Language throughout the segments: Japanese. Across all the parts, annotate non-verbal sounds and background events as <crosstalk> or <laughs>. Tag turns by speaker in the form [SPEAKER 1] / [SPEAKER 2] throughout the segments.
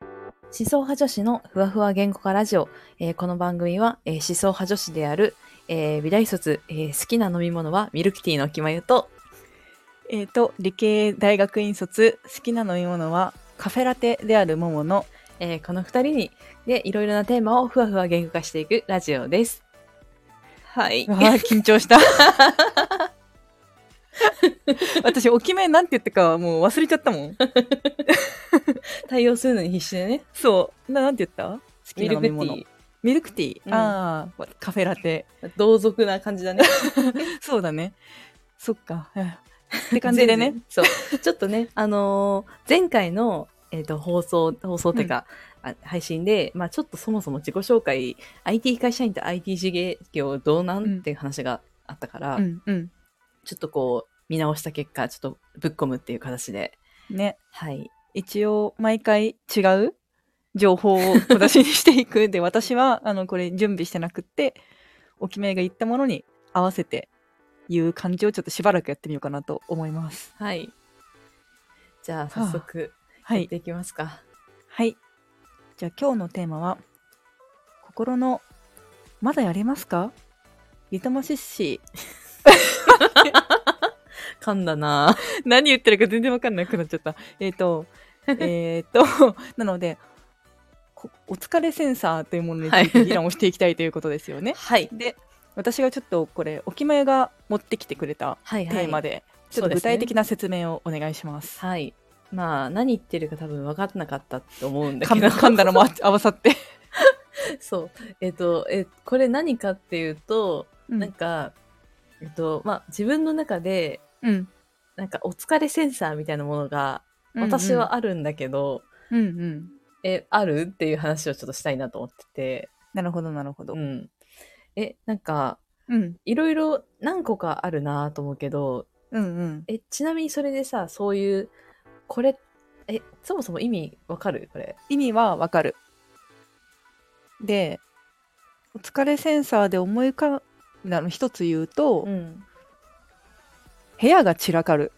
[SPEAKER 1] 思想派女子のふわふわ言語化ラジオ、えーこの番組は、えー思想派女子である、えー美大卒、えー好きな飲み物はミルクティーのきまゆと
[SPEAKER 2] えー、と理系大学院卒好きな飲み物はカフェラテであるももの
[SPEAKER 1] えーこの2人にでいろいろなテーマをふわふわ言語化していくラジオです。 <laughs> はい。
[SPEAKER 2] わあ緊張した <laughs> 私お決めなんて言ったかはもう忘れちゃったも
[SPEAKER 1] <laughs>
[SPEAKER 2] ん
[SPEAKER 1] 対応するのに必死でね。
[SPEAKER 2] そうななんて言った好き
[SPEAKER 1] ミ
[SPEAKER 2] な
[SPEAKER 1] ルクティ
[SPEAKER 2] 飲み物
[SPEAKER 1] ー。
[SPEAKER 2] ミルクティー、
[SPEAKER 1] うん
[SPEAKER 2] ああカフェラテ
[SPEAKER 1] 同族な感じだね。
[SPEAKER 2] そうだねそっ <laughs> かえーって <laughs> 感じでね。
[SPEAKER 1] そう。 <laughs> ちょっとね、あのー前回の、えー、と放送、放送っていうか、あ配信で、まあちょっとそもそも自己紹介、IT 会社員と IT 事業どうなん、
[SPEAKER 2] うん
[SPEAKER 1] っていう話があったから、
[SPEAKER 2] うんうん
[SPEAKER 1] ちょっとこう、見直した結果、ちょっとぶっ込むっていう形で。
[SPEAKER 2] ね
[SPEAKER 1] はい。
[SPEAKER 2] 一応毎回違う情報を小出しにしていくで私はあのこれ準備してなくっておきめが言ったものに合わせて言う感じをちょっとしばらくやってみようかなと思います
[SPEAKER 1] はい。じゃあ、早速、
[SPEAKER 2] は
[SPEAKER 1] やっ
[SPEAKER 2] い
[SPEAKER 1] ていきますか。
[SPEAKER 2] はいじゃあ今日のテーマは「心のまだやれますか?」リトマシッシ
[SPEAKER 1] 噛んだな
[SPEAKER 2] ー <laughs> 何言ってるか全然わかんなくなっちゃったえっ、とえっと <laughs> なのでこお疲れセンサーというものについて議論をしていきたいということですよね
[SPEAKER 1] はい。
[SPEAKER 2] で私がちょっとこれおきまえが持ってきてくれた
[SPEAKER 1] はい
[SPEAKER 2] テ
[SPEAKER 1] はい。
[SPEAKER 2] ーマで、ちょ
[SPEAKER 1] そう
[SPEAKER 2] っと
[SPEAKER 1] ですね
[SPEAKER 2] 具体的な説明をお願いします。
[SPEAKER 1] はい。まあ、何言ってるか多分分かんなかったと思うんだ
[SPEAKER 2] 噛
[SPEAKER 1] け
[SPEAKER 2] ん
[SPEAKER 1] ど。
[SPEAKER 2] だ噛んだのもあ合わさ <laughs> って、
[SPEAKER 1] <laughs> そう。えっ、と、え、これ何かっていうと、なんか、えっと、まあ、自分の中で、
[SPEAKER 2] うん
[SPEAKER 1] なんかお疲れセンサーみたいなものが、私は、あるんだけど、
[SPEAKER 2] うんうんうんうん、
[SPEAKER 1] え、あるっていう話をちょっとしたいなと思ってて、
[SPEAKER 2] なるほどなるほど、
[SPEAKER 1] う
[SPEAKER 2] うん
[SPEAKER 1] ん。え、なんか、
[SPEAKER 2] うん、
[SPEAKER 1] いろいろ何個かあるなと思うけど、
[SPEAKER 2] うんうん
[SPEAKER 1] え、ちなみにそれでさ、そういう、これ、え、そもそも意味わかるこれ。
[SPEAKER 2] 意味はわかる。でお疲れセンサーで思い浮かんだの一つ言うと、
[SPEAKER 1] ん。
[SPEAKER 2] 部屋が散らかる。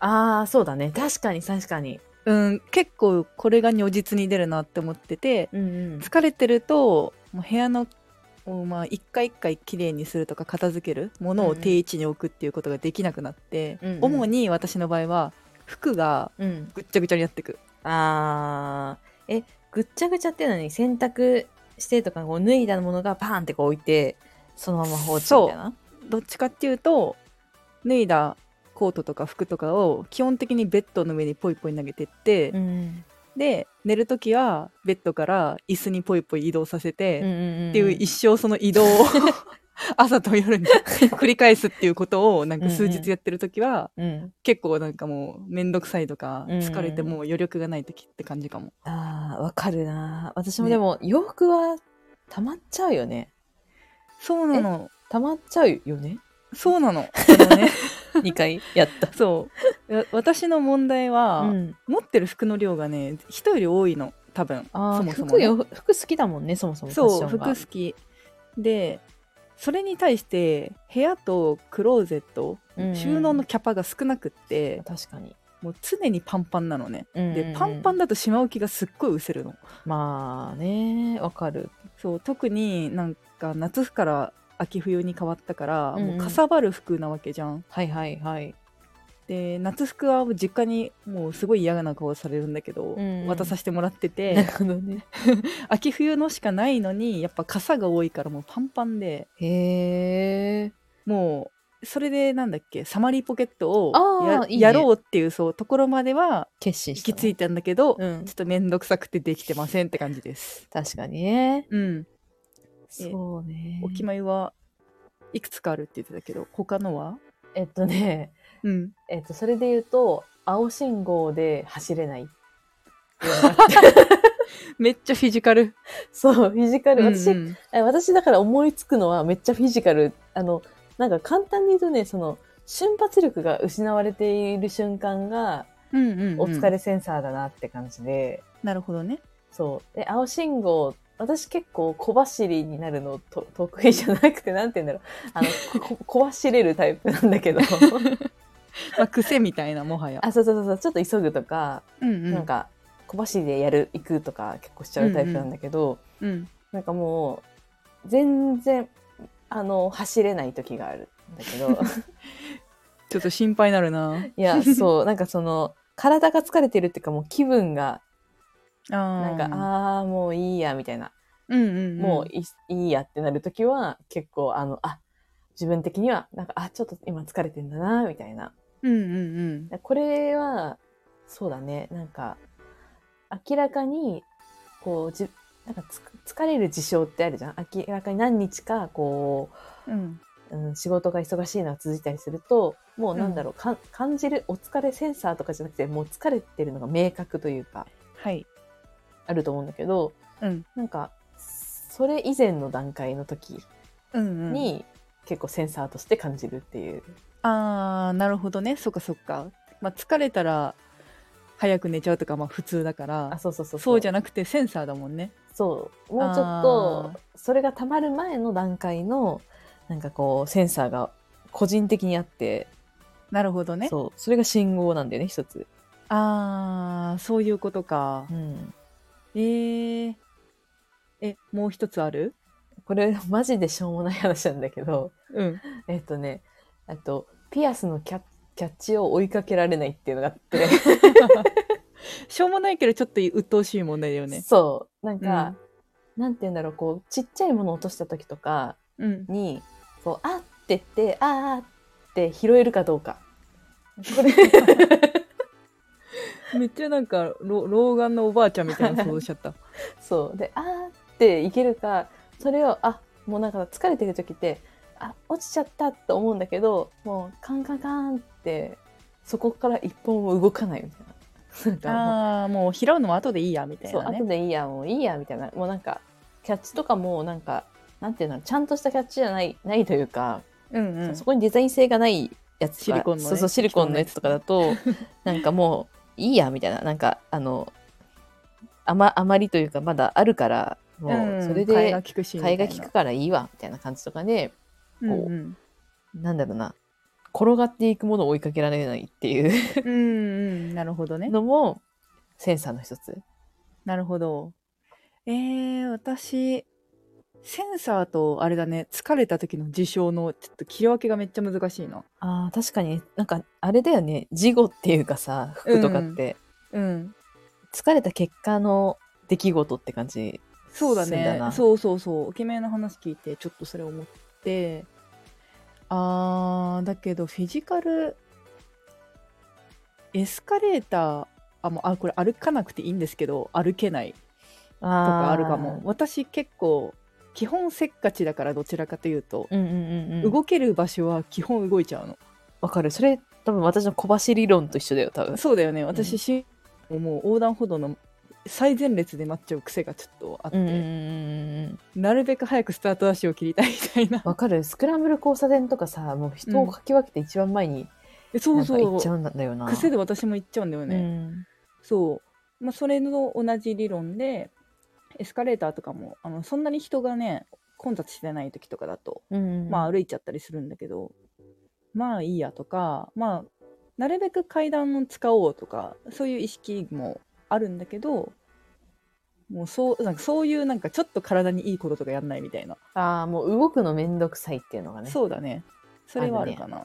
[SPEAKER 1] ああ、そうだね。確かに、確かに。
[SPEAKER 2] うん、結構これが如実に出るなって思ってて、
[SPEAKER 1] うんうん。
[SPEAKER 2] 疲れてるともう部屋のをまあ一回一回きれいにするとか片付けるもの
[SPEAKER 1] う
[SPEAKER 2] を
[SPEAKER 1] んうん
[SPEAKER 2] 定位置に置くっていうことができなくなって、
[SPEAKER 1] うんうん
[SPEAKER 2] 主に私の場合は服が
[SPEAKER 1] うん。
[SPEAKER 2] ぐっちゃぐちゃになってく
[SPEAKER 1] あーえぐっちゃぐちゃっていうのに洗濯してとかこう脱いだものがパーンってこう置いてそのまま放置みたいな
[SPEAKER 2] どっちかっていうと脱いだコートとか服とかを基本的にベッドの上にポイポイ投げてって、
[SPEAKER 1] うん
[SPEAKER 2] で寝る時はベッドから椅子にポイポイ移動させて、
[SPEAKER 1] うんうんん
[SPEAKER 2] っていう一生その移動を <laughs> 朝と夜に <laughs> 繰り返すっていうことをなんか数日やってる時は、
[SPEAKER 1] うん
[SPEAKER 2] 結構なんかもうめんどくさいとか
[SPEAKER 1] うんうん
[SPEAKER 2] 疲れてもう余力がない時って感じかも、
[SPEAKER 1] あーわかるな私もでも洋服はたまっちゃうよね
[SPEAKER 2] そうなの
[SPEAKER 1] たまっちゃうよね
[SPEAKER 2] <laughs> そう
[SPEAKER 1] <laughs>
[SPEAKER 2] なのあのね
[SPEAKER 1] 2回やった
[SPEAKER 2] <laughs> そうわ私の問題は、
[SPEAKER 1] うん、
[SPEAKER 2] 持ってる服の量がね人より多いの多分
[SPEAKER 1] あー
[SPEAKER 2] そもそも
[SPEAKER 1] 服
[SPEAKER 2] ね、
[SPEAKER 1] よ服好きだもんねそもそも
[SPEAKER 2] そう
[SPEAKER 1] フ
[SPEAKER 2] 服
[SPEAKER 1] ァッ
[SPEAKER 2] 好
[SPEAKER 1] ション
[SPEAKER 2] きでそれに対して部屋とクローゼット、
[SPEAKER 1] うんうん
[SPEAKER 2] 収納のキャパが少なくって
[SPEAKER 1] が確かに、
[SPEAKER 2] もう常にパンパンなのね
[SPEAKER 1] うんうんうん
[SPEAKER 2] でパンパンだとしまう気がすっごい失せるの
[SPEAKER 1] まあねわかる
[SPEAKER 2] そう特になんか夏から秋冬に変わったから、
[SPEAKER 1] うんうん
[SPEAKER 2] もうかさばる服なわけじゃん
[SPEAKER 1] はいはい
[SPEAKER 2] <laughs>
[SPEAKER 1] はい
[SPEAKER 2] で夏服は実家にもうすごい嫌な顔されるんだけど、
[SPEAKER 1] んうん
[SPEAKER 2] 渡させてもらって
[SPEAKER 1] な <laughs>
[SPEAKER 2] て
[SPEAKER 1] るほどね
[SPEAKER 2] 秋冬のしかないのにやっぱ傘が多いからもうパンパンで
[SPEAKER 1] へえ
[SPEAKER 2] もうそれでなんだっけサマリーポケットを
[SPEAKER 1] あ
[SPEAKER 2] や
[SPEAKER 1] ーいいね
[SPEAKER 2] やろうっていうそうところまでは
[SPEAKER 1] 決心
[SPEAKER 2] 行
[SPEAKER 1] した
[SPEAKER 2] き
[SPEAKER 1] ね
[SPEAKER 2] 着いたんだけど、
[SPEAKER 1] うん
[SPEAKER 2] ちょっと面倒くさくてできてませんって感じです。
[SPEAKER 1] 確かにね。
[SPEAKER 2] うん、
[SPEAKER 1] そうね。
[SPEAKER 2] お決まりはいくつかあるって言ってたけど他のは、
[SPEAKER 1] えっとね、 <laughs>
[SPEAKER 2] うん、
[SPEAKER 1] えっと、それで言うと、青信号で走れない。
[SPEAKER 2] めっちゃフィジカル。
[SPEAKER 1] そう、フィジカル。私、
[SPEAKER 2] うん
[SPEAKER 1] え私だから思いつくのはめっちゃフィジカル。あの、なんか簡単に言うとね、その、瞬発力が失われている瞬間が、
[SPEAKER 2] うんうんうん
[SPEAKER 1] お疲れセンサーだなって感じで、
[SPEAKER 2] なるほどね。
[SPEAKER 1] そう。で、青信号、私結構小走りになるのと得意じゃなくて、なんて言うんだろう。あの、ここ小走れるタイプなんだけ <laughs> ど。
[SPEAKER 2] まあ、癖みたいなもはや。
[SPEAKER 1] あ、そうそうそうそう、ちょっと急ぐとか、
[SPEAKER 2] うんうん
[SPEAKER 1] なんか小走りでやる行くとか結構しちゃうタイプなんだけど、
[SPEAKER 2] うん。
[SPEAKER 1] なんかもう全然あの走れない時があるんだけ <laughs> ど
[SPEAKER 2] ちょっと心配になるな。
[SPEAKER 1] いやそうなんかその体が疲れてるっていうかもう気分が
[SPEAKER 2] あ
[SPEAKER 1] なんか、
[SPEAKER 2] あ、
[SPEAKER 1] ああもういいやみたいな、
[SPEAKER 2] うんうんうん。
[SPEAKER 1] もういいいやってなる時は結構あのあ自分的にはなんかあちょっと今疲れてんだなみたいな
[SPEAKER 2] うんうんうん。
[SPEAKER 1] これはそうだねなんか明らかにこうじなんかつ疲れる事象ってあるじゃん明らかに何日かこ
[SPEAKER 2] うん。
[SPEAKER 1] う、うん、仕事が忙しいのが続いたりするともうなんだろう、かん感じるお疲れセンサーとかじゃなくてもう疲れてるのが明確というか
[SPEAKER 2] はい。
[SPEAKER 1] あると思うんだけど
[SPEAKER 2] うん。
[SPEAKER 1] なんかそれ以前の段階の時
[SPEAKER 2] うんうん。
[SPEAKER 1] に、結構センサーとして感じるっていう
[SPEAKER 2] ああ、なるほどね。そっかそっか。まあ、疲れたら、早く寝ちゃうとか、まあ、普通だから
[SPEAKER 1] あ。そうそうそう
[SPEAKER 2] そうじゃ
[SPEAKER 1] ゃ
[SPEAKER 2] なくて、センサーだもんね。
[SPEAKER 1] そうもうちょっとそれがたまる前の段階のなんかこうセンサーが個人的にあって、
[SPEAKER 2] なるほどね。
[SPEAKER 1] そうそれが信号なんだよね一つ、
[SPEAKER 2] ああ、そういうことか。
[SPEAKER 1] うん、
[SPEAKER 2] えー、え、もう一つある
[SPEAKER 1] これマジでしょうもない話なんだけど <laughs>
[SPEAKER 2] うん。
[SPEAKER 1] えっとねあとピアスのキャキャッチを追いかけられないっていうのがあって、
[SPEAKER 2] <laughs> しょうもないけど、ちょっと鬱陶しい問題だよね。
[SPEAKER 1] そうなんか、なんて言うんだろうこうちっちゃいものを落とした時とか
[SPEAKER 2] うん。
[SPEAKER 1] にこうあってってあーって拾えるかどうか <laughs> これ
[SPEAKER 2] めっちゃなんか、老老眼のおばあちゃんみたいな想像しちゃった。
[SPEAKER 1] そうであーっていけるかそれをあもうなんか疲れてる時ってあ落ちちゃったと思うんだけどもうカンカンカンってそこから一本も動かないみたいな。なんかもう
[SPEAKER 2] <laughs> ああ、もう拾うのは後でいいや、みたい
[SPEAKER 1] そう
[SPEAKER 2] な
[SPEAKER 1] 後
[SPEAKER 2] ね。
[SPEAKER 1] でいいやもういいやみたいなもうなんかキャッチとかもなんかなんていうのちゃんとしたキャッチじゃないないというか、
[SPEAKER 2] うんうん
[SPEAKER 1] そ。こにデザイン性がないやつとか
[SPEAKER 2] シリコンのね
[SPEAKER 1] そうそうシリコンのやつとかだと <laughs> なんかもういいやみたいななんかあのあまあまりというかまだあるからもうそれ
[SPEAKER 2] 替え
[SPEAKER 1] で
[SPEAKER 2] が効くしみた
[SPEAKER 1] 替え
[SPEAKER 2] いな
[SPEAKER 1] が効くからいいわみたいな感じとかで
[SPEAKER 2] うんうん
[SPEAKER 1] なんだろうな転がっていくものを追いかけられないっていう
[SPEAKER 2] うんうんなるほどね
[SPEAKER 1] のもセンサーの一つ。
[SPEAKER 2] なるほどえー、私センサーとあれだね疲れた時の事象のちょっと切り分けがめっちゃ難しいな
[SPEAKER 1] ああ、確かに、なんか、あれだよね。事後っていうかさ、服とかって、
[SPEAKER 2] うん
[SPEAKER 1] 疲れた結果の出来事って感じ。
[SPEAKER 2] そうだ
[SPEAKER 1] すん
[SPEAKER 2] ね
[SPEAKER 1] だな
[SPEAKER 2] そうそうそうお決めの話聞いてちょっとそれ思ってあーだけどフィジカルエスカレーターあもうあこれ歩かなくていいんですけど歩けない
[SPEAKER 1] と
[SPEAKER 2] とかあるかも。。私結構基本せっかちだからどちらかというと、
[SPEAKER 1] うんうんうんうん。
[SPEAKER 2] 動ける場所は基本動いちゃうの。
[SPEAKER 1] わかる。それ、多分私の小走り論と一緒だよ、多分。
[SPEAKER 2] そうだよね私、しもう横断歩道の最前列で待っちゃう癖がちょっとあって、
[SPEAKER 1] うんうんうんうん。
[SPEAKER 2] なるべく早くスタートダッシュを切りたいみたいな。
[SPEAKER 1] わかる。スクランブル交差点とかさ、もう人をかき分けて一番前に、
[SPEAKER 2] そ
[SPEAKER 1] な
[SPEAKER 2] う
[SPEAKER 1] か
[SPEAKER 2] んそ
[SPEAKER 1] 行っ
[SPEAKER 2] う
[SPEAKER 1] ちゃうんだよな。
[SPEAKER 2] 癖で私も行っちゃうんだよね。
[SPEAKER 1] うん
[SPEAKER 2] そう、まあ、それの同じ理論でエスカレーターとかもあのそんなに人がね混雑してない時とかだと
[SPEAKER 1] うんうん。
[SPEAKER 2] まあ歩いちゃったりするんだけど、まあいいやとか、まあなるべく階段を使おうとか、そういう意識もあるんだけど、もうそう、なんかそういうなんかちょっと体にいいこととかやんないみたいな。
[SPEAKER 1] ああ、もう動くのめんどくさいっていうのがね。
[SPEAKER 2] そうだね。それはあるかな。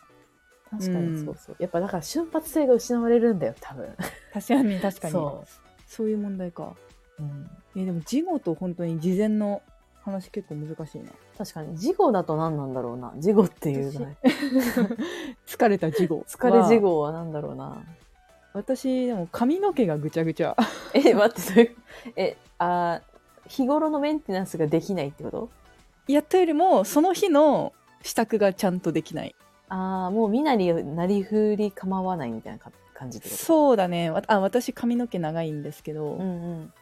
[SPEAKER 1] 確か
[SPEAKER 2] う
[SPEAKER 1] に
[SPEAKER 2] ん
[SPEAKER 1] そうそう。やっぱだから瞬発性が失われるんだよ、多分。
[SPEAKER 2] 確かに確かに。そ
[SPEAKER 1] そう
[SPEAKER 2] いう問題か。
[SPEAKER 1] うん
[SPEAKER 2] えでも事後と本当に事前の話結構難しいね。
[SPEAKER 1] 確かに事後だと何なんだろうな事後っていうぐらい
[SPEAKER 2] <laughs> 疲れた事後。
[SPEAKER 1] 疲れ事。後は何だろうな
[SPEAKER 2] 私、でも髪の毛がぐちゃぐちゃ。 <laughs>
[SPEAKER 1] え待ってそれえあー日頃のメンテナンスができないってこと
[SPEAKER 2] やったよりも、その日の支度がちゃんとできない。
[SPEAKER 1] ああもう身なりなりふり構わないみたいなか感じってこと
[SPEAKER 2] そうだねわあ私髪の毛長いんですけど、
[SPEAKER 1] んうん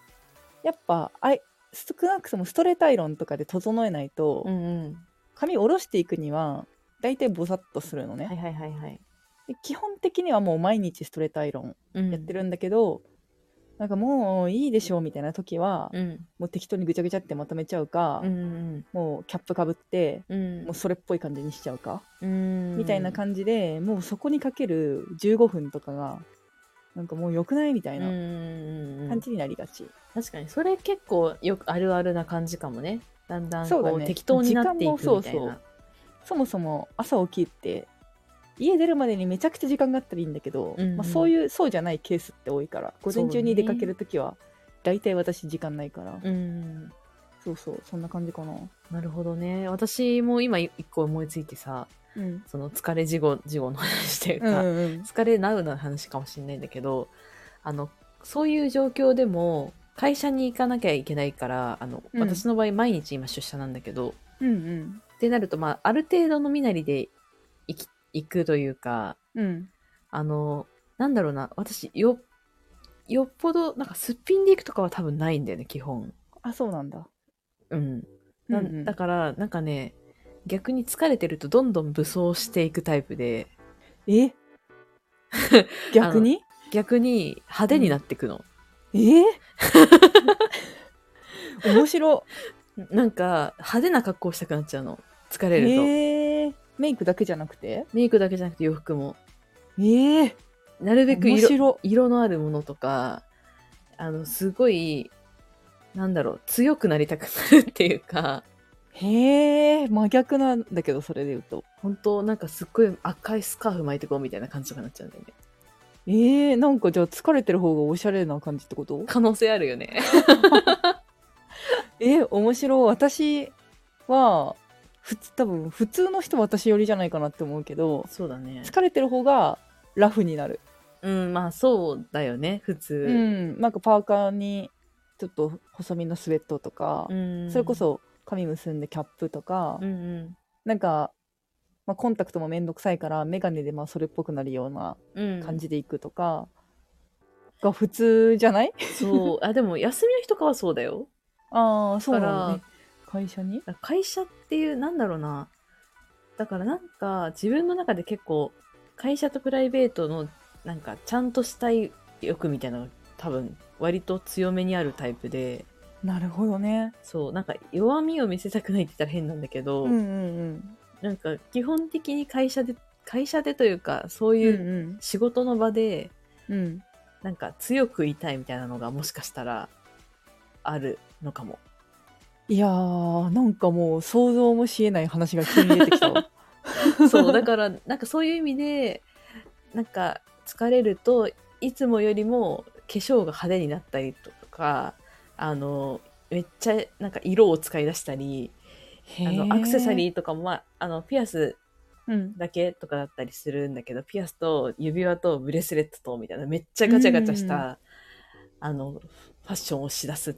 [SPEAKER 2] やっぱあい少なくともストレートアイロンとかで整えないと、
[SPEAKER 1] うんうん
[SPEAKER 2] 髪下ろしていくには大体ボサッとするのね、
[SPEAKER 1] はいはいはいはい、
[SPEAKER 2] で基本的にはもう毎日ストレートアイロン
[SPEAKER 1] うん
[SPEAKER 2] やってるんだけど、なんかもういいでしょうみたいな時は、
[SPEAKER 1] うん
[SPEAKER 2] もう適当にぐちゃぐちゃってまとめちゃうか、
[SPEAKER 1] うんうん
[SPEAKER 2] もうキャップかぶって
[SPEAKER 1] うん
[SPEAKER 2] もうそれっぽい感じにしちゃうか、
[SPEAKER 1] うん
[SPEAKER 2] みたいな感じでもうそこにかける15分とかがなんかもう良くないみたい
[SPEAKER 1] うんう
[SPEAKER 2] なん
[SPEAKER 1] うんう
[SPEAKER 2] 感
[SPEAKER 1] ん
[SPEAKER 2] じになりがち。
[SPEAKER 1] 確かにそれ結構よくあるあるな感じかもねだんだんこ
[SPEAKER 2] そううだね
[SPEAKER 1] 適当になっていくみたいな
[SPEAKER 2] 時間もそうそうそもそも朝起きって家出るまでにめちゃくちゃ時間があったらいいんだけど、
[SPEAKER 1] うんうん
[SPEAKER 2] まあ、そういうそうじゃないケースって多いから午前中に出かけるときは大体私時間ないから
[SPEAKER 1] うん
[SPEAKER 2] そうそうそんな感じかな、
[SPEAKER 1] なるほどね私も今一個思いついてさ
[SPEAKER 2] うん
[SPEAKER 1] その疲れ事後事後の話という
[SPEAKER 2] う
[SPEAKER 1] か、
[SPEAKER 2] んうん、
[SPEAKER 1] 疲れなうな話かもしれないんだけどあのそういう状況でも会社に行かなきゃいけないからあの、
[SPEAKER 2] うん
[SPEAKER 1] 私の場合毎日今出社なんだけど
[SPEAKER 2] うん
[SPEAKER 1] ってなると、まあ、ある程度の身なりで行き行くというか
[SPEAKER 2] うん
[SPEAKER 1] あのなんだろうな私よよっぽどなんかすっぴんで行くとかは多分ないんだよね基本。
[SPEAKER 2] あそうなんだ
[SPEAKER 1] うん、な
[SPEAKER 2] うんうん
[SPEAKER 1] だからなんかね逆に疲れてるとどんどん武装していくタイプで <laughs>
[SPEAKER 2] え逆に
[SPEAKER 1] 逆に派手になっていくの。
[SPEAKER 2] え
[SPEAKER 1] <laughs>
[SPEAKER 2] 面白
[SPEAKER 1] なんか派手な格好したくなっちゃうの疲
[SPEAKER 2] え
[SPEAKER 1] れると、
[SPEAKER 2] ーメイクだけじゃなくて
[SPEAKER 1] メイクだけじゃなくて洋服も
[SPEAKER 2] えー、
[SPEAKER 1] なるべく
[SPEAKER 2] 面
[SPEAKER 1] 色
[SPEAKER 2] 白
[SPEAKER 1] 色のあるものとかあのすごいなんだろう強くなりたくなるっていうか
[SPEAKER 2] へえ真逆なんだけどそれで言うと
[SPEAKER 1] 本当なんかすっごい赤いスカーフ巻いてこうみたいな感じとかなっちゃうんだよね
[SPEAKER 2] ええなんかじゃあ疲れてる方がおしゃれな感じってこと
[SPEAKER 1] 可能性あるよね
[SPEAKER 2] え面白い私は普通多分普通の人は私寄りじゃないかなって思うけど
[SPEAKER 1] そうだね
[SPEAKER 2] 疲れてる方がラフになる
[SPEAKER 1] うんまあそうだよね普
[SPEAKER 2] う
[SPEAKER 1] 通、
[SPEAKER 2] んなんかパーカーにちょっと細身のスウェットとか、
[SPEAKER 1] ん
[SPEAKER 2] それこそ髪結んでキャップとか、
[SPEAKER 1] うんうん
[SPEAKER 2] なんか、まあ、コンタクトもめんどくさいから眼鏡でまあそれっぽくなるような
[SPEAKER 1] うん
[SPEAKER 2] 感じでいくとかが普通じゃない
[SPEAKER 1] そうあでも休みの日とかはそうだよ
[SPEAKER 2] ああそう
[SPEAKER 1] だ
[SPEAKER 2] な
[SPEAKER 1] か
[SPEAKER 2] の
[SPEAKER 1] ら
[SPEAKER 2] ね会社に
[SPEAKER 1] だから会社っていうなんだろうなだからなんか自分の中で結構会社とプライベートのなんかちゃんとしたい欲みたいなのが多分割と強めにあるタイプで
[SPEAKER 2] なるほどね
[SPEAKER 1] そうなんか弱みを見せたくないって言ったら変なんだけど、
[SPEAKER 2] うんうん
[SPEAKER 1] なんか基本的に会社で会社でというかそう
[SPEAKER 2] うんう
[SPEAKER 1] いうん仕事の場で
[SPEAKER 2] うん
[SPEAKER 1] なんか強くいたいみたいなのがもしかしたらあるのかも。
[SPEAKER 2] いやーなんかもう想像もしえない話が急に出てきたわ
[SPEAKER 1] <laughs>
[SPEAKER 2] <laughs>
[SPEAKER 1] そうだからなんかそういう意味でなんか疲れるといつもよりも化粧が派手になったりとかあのめっちゃなんか色を使い出したり
[SPEAKER 2] <laughs>
[SPEAKER 1] あのアクセサ
[SPEAKER 2] ー、
[SPEAKER 1] リーとかも、まあ、あのピアス
[SPEAKER 2] うん、
[SPEAKER 1] だけとかだったりするんだけどピアスと指輪とブレスレットとみたいなめっちゃガチャガチャした、
[SPEAKER 2] うん
[SPEAKER 1] あのファッションをしだす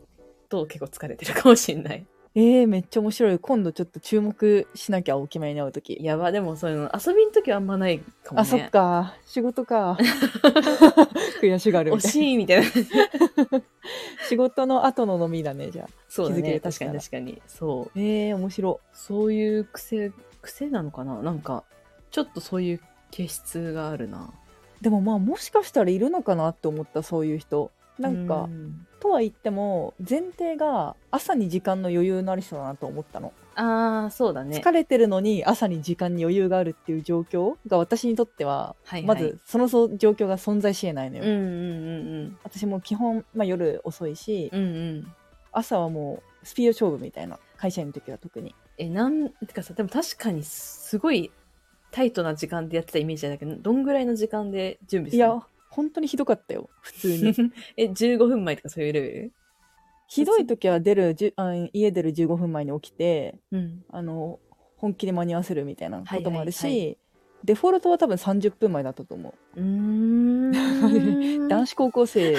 [SPEAKER 1] と結構疲れてるかもしんない。
[SPEAKER 2] えー、めっちゃ面白い今度ちょっと注目しなきゃお決めに会う時
[SPEAKER 1] やばでもそういうの遊びの時はあんまないかもね。
[SPEAKER 2] あそっか仕事
[SPEAKER 1] <laughs>
[SPEAKER 2] か悔しがるみ
[SPEAKER 1] 惜
[SPEAKER 2] たい
[SPEAKER 1] しいみたいな。
[SPEAKER 2] な仕事の後の飲みだねじゃあ
[SPEAKER 1] そうだ
[SPEAKER 2] 気づけ
[SPEAKER 1] ね
[SPEAKER 2] ると
[SPEAKER 1] 確
[SPEAKER 2] し
[SPEAKER 1] か
[SPEAKER 2] たら
[SPEAKER 1] に確かにそう
[SPEAKER 2] えー、面白
[SPEAKER 1] そういう癖癖なのかななんかちょっとそういう気質があるな
[SPEAKER 2] でもまあもしかしたらいるのかなって思ったそういう人なんか、
[SPEAKER 1] う
[SPEAKER 2] とは言っても前提が朝に時間の余裕のある人だなと思ったの
[SPEAKER 1] ああそうだね
[SPEAKER 2] 疲れてるのに朝に時間に余裕があるっていう状況が私にとっては、
[SPEAKER 1] はいはい
[SPEAKER 2] まずそのそう状況が存在しえないのよ、
[SPEAKER 1] うんうんうん
[SPEAKER 2] 私も基本、まあ、夜遅いし、
[SPEAKER 1] うんうんうん
[SPEAKER 2] 朝はもうスピード勝負みたいな会社員の時は特に
[SPEAKER 1] えなんてかさでも確かにすごいタイトな時間でやってたイメージだけどどんぐらいの時間で準備す
[SPEAKER 2] い
[SPEAKER 1] るの
[SPEAKER 2] や本当にひどかったよ普通
[SPEAKER 1] <laughs>
[SPEAKER 2] に
[SPEAKER 1] え15分前とかそういうレベル
[SPEAKER 2] ひどい時は出るじゅあ家出る15分前に起きて
[SPEAKER 1] うん
[SPEAKER 2] あの本気で間に合わせるみたいなこともあるし、
[SPEAKER 1] はいはい
[SPEAKER 2] デフォルトは多分30分前だったと思う
[SPEAKER 1] うーん
[SPEAKER 2] 男子高校生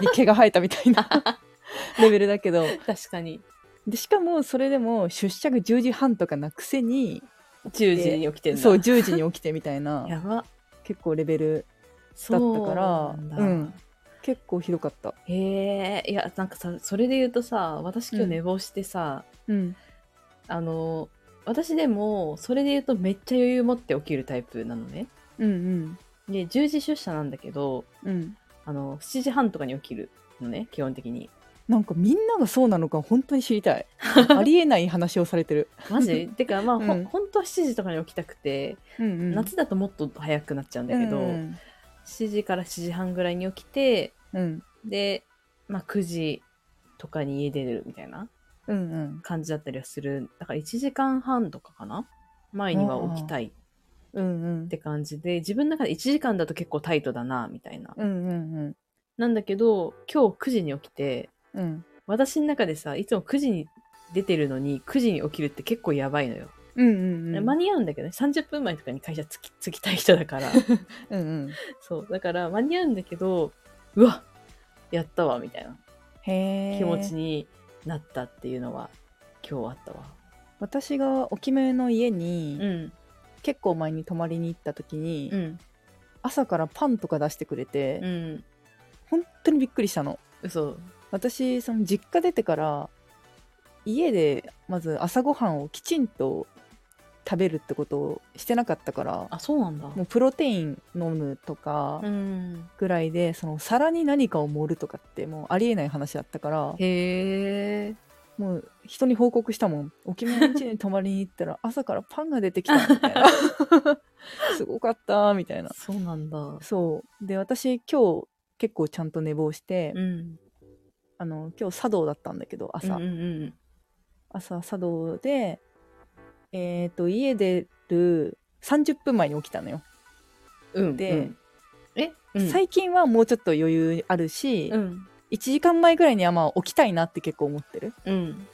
[SPEAKER 2] に毛が生えたみたいなレベルだけど
[SPEAKER 1] <laughs> 確かに
[SPEAKER 2] でしかもそれでも出社が10時半とかなくせに
[SPEAKER 1] 10時に起きてんだ
[SPEAKER 2] そう10時に起きてみたいな
[SPEAKER 1] <laughs> やば
[SPEAKER 2] 結構レベル
[SPEAKER 1] そ
[SPEAKER 2] から
[SPEAKER 1] うなんだ
[SPEAKER 2] うん結構ひどかった、
[SPEAKER 1] へえいやなんかさそれで言うとさ私今日寝坊してさ、
[SPEAKER 2] うん、
[SPEAKER 1] あの私でもそれで言うとめっちゃ余裕持って起きるタイプなのね
[SPEAKER 2] うんうん
[SPEAKER 1] で10時出社なんだけど
[SPEAKER 2] うん
[SPEAKER 1] あの7時半とかに起きるのね基本的に
[SPEAKER 2] なんかみんながそうなのか本当に知
[SPEAKER 1] <laughs>
[SPEAKER 2] りたいありえない話をされてる、
[SPEAKER 1] マ <laughs> ジてかまあ、ほ
[SPEAKER 2] うん
[SPEAKER 1] ん、本当は7時とかに起きたくて、
[SPEAKER 2] うんうん、
[SPEAKER 1] 夏だともっと早くなっちゃうんだけど、
[SPEAKER 2] うん
[SPEAKER 1] 7時から7時半ぐらいに起きて、
[SPEAKER 2] うん。
[SPEAKER 1] で、まあ9時とかに家出るみたいな
[SPEAKER 2] うんうん。
[SPEAKER 1] 感じだったりはする。だから1時間半とかかな前には起きたいっ
[SPEAKER 2] うんうん。
[SPEAKER 1] て感じで、自分の中で1時間だと結構タイトだな、みたいな。
[SPEAKER 2] うんうん
[SPEAKER 1] なんだけど、今日9時に起きて、
[SPEAKER 2] うん。うん。
[SPEAKER 1] 私の中でさ、いつも9時に出てるのに9時に起きるって結構やばいのよ。
[SPEAKER 2] うんうんうん。
[SPEAKER 1] 間に合うんだけどね、30分前とかに会社つきつきたい人だ <laughs> から。
[SPEAKER 2] うんうん。
[SPEAKER 1] そう。だから間に合うんだけど、うわやったわみたいな
[SPEAKER 2] へえ。
[SPEAKER 1] 気持ちになったっていうのは今日あったわ。
[SPEAKER 2] 私がおきめの家に、
[SPEAKER 1] うん。
[SPEAKER 2] 結構前に泊まりに行った時に、
[SPEAKER 1] うん。
[SPEAKER 2] 朝からパンとか出してくれて、
[SPEAKER 1] うん。
[SPEAKER 2] 本当にびっくりしたの
[SPEAKER 1] 嘘。
[SPEAKER 2] 私その実家出てから家でまず朝ごはんをきちんと食べるってことをしてなかったから
[SPEAKER 1] あ、そうなんだ。
[SPEAKER 2] もうプロテイン飲むとか
[SPEAKER 1] うん。
[SPEAKER 2] ぐらいで、その皿に何かを盛るとかってもうありえない話だったから
[SPEAKER 1] へえ。
[SPEAKER 2] もう人に報告したもんおきめの家に泊まりに行
[SPEAKER 1] <laughs>
[SPEAKER 2] ったら朝からパンが出てきたみたいなすごかったみたいな
[SPEAKER 1] そうなんだ。
[SPEAKER 2] そうで私今日結構ちゃんと寝坊して、
[SPEAKER 1] うん。
[SPEAKER 2] あの今日茶道だったんだけど朝、
[SPEAKER 1] うんうん
[SPEAKER 2] 朝茶道でえっ、と家出る30分前に起きたのよ、
[SPEAKER 1] うん。うん。
[SPEAKER 2] で
[SPEAKER 1] うん、え、うん、
[SPEAKER 2] 最近はもうちょっと余裕あるし、
[SPEAKER 1] うん。
[SPEAKER 2] 1時間前ぐらいにはまあ起きたいなって結構思ってる
[SPEAKER 1] うん。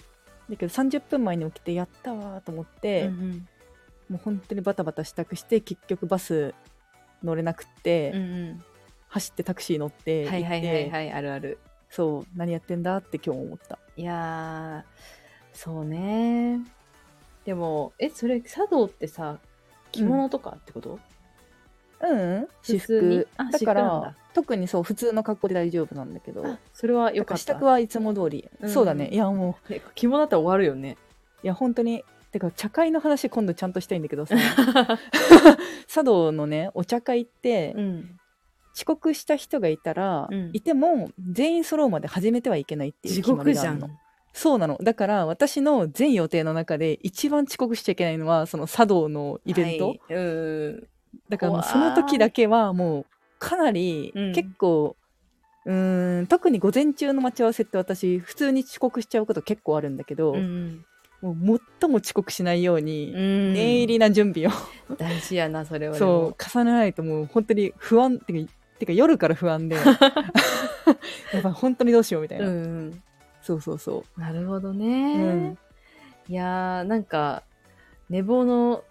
[SPEAKER 2] だけど30分前に起きてやったわーと思って、
[SPEAKER 1] うん
[SPEAKER 2] もう本当にバタバタ支度して結局バス乗れなくって、
[SPEAKER 1] うんうん
[SPEAKER 2] 走ってタクシー乗って
[SPEAKER 1] うん。
[SPEAKER 2] 行
[SPEAKER 1] は
[SPEAKER 2] って、
[SPEAKER 1] いはいはいはい、あるある。
[SPEAKER 2] そう何やってんだって今日思った
[SPEAKER 1] いやー、そうね。でも、え、それ、茶道ってさ、着物とかってこと、
[SPEAKER 2] うんうん私
[SPEAKER 1] 普通に
[SPEAKER 2] 服
[SPEAKER 1] あ
[SPEAKER 2] だか
[SPEAKER 1] 私服なん
[SPEAKER 2] ら
[SPEAKER 1] だ
[SPEAKER 2] 特にそう普通の格好で大丈夫なんだけど
[SPEAKER 1] あそれはよかっ
[SPEAKER 2] 支
[SPEAKER 1] た。
[SPEAKER 2] 度はいつも通り、
[SPEAKER 1] うん
[SPEAKER 2] そうだねいやもう
[SPEAKER 1] え着物だったら終わるよね。
[SPEAKER 2] いや本当にてか茶会の話今度ちゃんとしたいんだけどさ <laughs> 茶道のねお茶会って、
[SPEAKER 1] うん。
[SPEAKER 2] 遅刻した人がいたら、
[SPEAKER 1] うん
[SPEAKER 2] いても全員揃うまで始めてはいけないっていう
[SPEAKER 1] 地
[SPEAKER 2] 決まり
[SPEAKER 1] 獄
[SPEAKER 2] が
[SPEAKER 1] じ
[SPEAKER 2] あ
[SPEAKER 1] ゃ
[SPEAKER 2] る
[SPEAKER 1] ん
[SPEAKER 2] の。そうなのだから私の全予定の中で一番遅刻しちゃいけないのはその茶道のイベント、
[SPEAKER 1] はい、うん。
[SPEAKER 2] だからもう
[SPEAKER 1] 怖い
[SPEAKER 2] その時だけはもうかなり
[SPEAKER 1] うん
[SPEAKER 2] 結構、うーん特に午前中の待ち合わせって私普通に遅刻しちゃうこと結構あるんだけど、
[SPEAKER 1] うん。
[SPEAKER 2] もう最も遅刻しないように、
[SPEAKER 1] 念
[SPEAKER 2] 念入りな準備を、
[SPEAKER 1] 大事やな、それは。
[SPEAKER 2] そう重ねないともう本当に不安ってかてか夜から不安 <laughs> でやっぱ本当にどうしようみたい
[SPEAKER 1] で
[SPEAKER 2] な、
[SPEAKER 1] も。うん。
[SPEAKER 2] そうそうそ
[SPEAKER 1] なるほど
[SPEAKER 2] う、
[SPEAKER 1] ね。
[SPEAKER 2] うん
[SPEAKER 1] いやー、なんか、寝坊の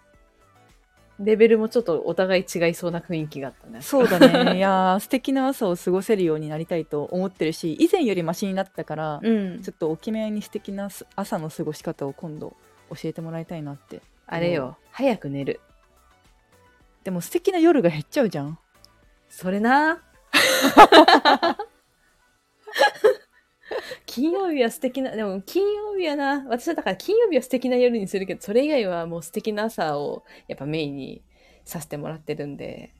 [SPEAKER 1] レベルもちょっとお互い違いそうな雰囲気があったね。
[SPEAKER 2] そうだね <laughs> いやー素敵な朝を過ごせるようになりたいと思ってるし以前よりマシになったから、
[SPEAKER 1] うん
[SPEAKER 2] ちょ。っとおきめに素敵なす朝の過ごし方を今度教えてもらいたいなって
[SPEAKER 1] あれよ、早く寝る。
[SPEAKER 2] でも素敵な夜が減っちゃうじゃん
[SPEAKER 1] それな。金曜日は素敵な、でも金曜日はな、私はだから金曜日は素敵な夜にするけど、それ以外はもう素敵な朝をやっぱメインにさせてもらってるんで。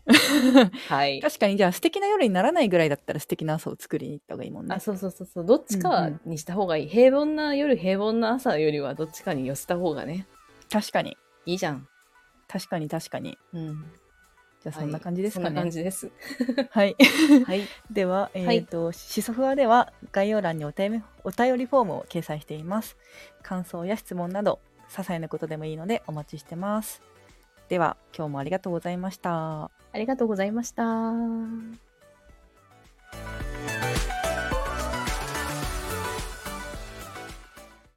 [SPEAKER 1] はい。
[SPEAKER 2] 確かにじゃあ素敵な夜にならないぐらいだったら素敵な朝を作りに行った方がいいもんね
[SPEAKER 1] あ、そうそうそうそう、どっちかにした方がいい。平凡な夜、平凡な朝よりはどっちかに寄せた方がね、
[SPEAKER 2] 確かに
[SPEAKER 1] いいじゃん。
[SPEAKER 2] 確かに確かに
[SPEAKER 1] うん。
[SPEAKER 2] じゃあそんな感じですか
[SPEAKER 1] はいそんな感
[SPEAKER 2] ね
[SPEAKER 1] じ <laughs> です。
[SPEAKER 2] はい、 <laughs>
[SPEAKER 1] はい。
[SPEAKER 2] では、えーとシソフワでは概要欄にお便りお便りフォームを掲載しています感想や質問など些細なことでもいいのでお待ちしてますでは今日もありがとうございました
[SPEAKER 1] ありがとうございました。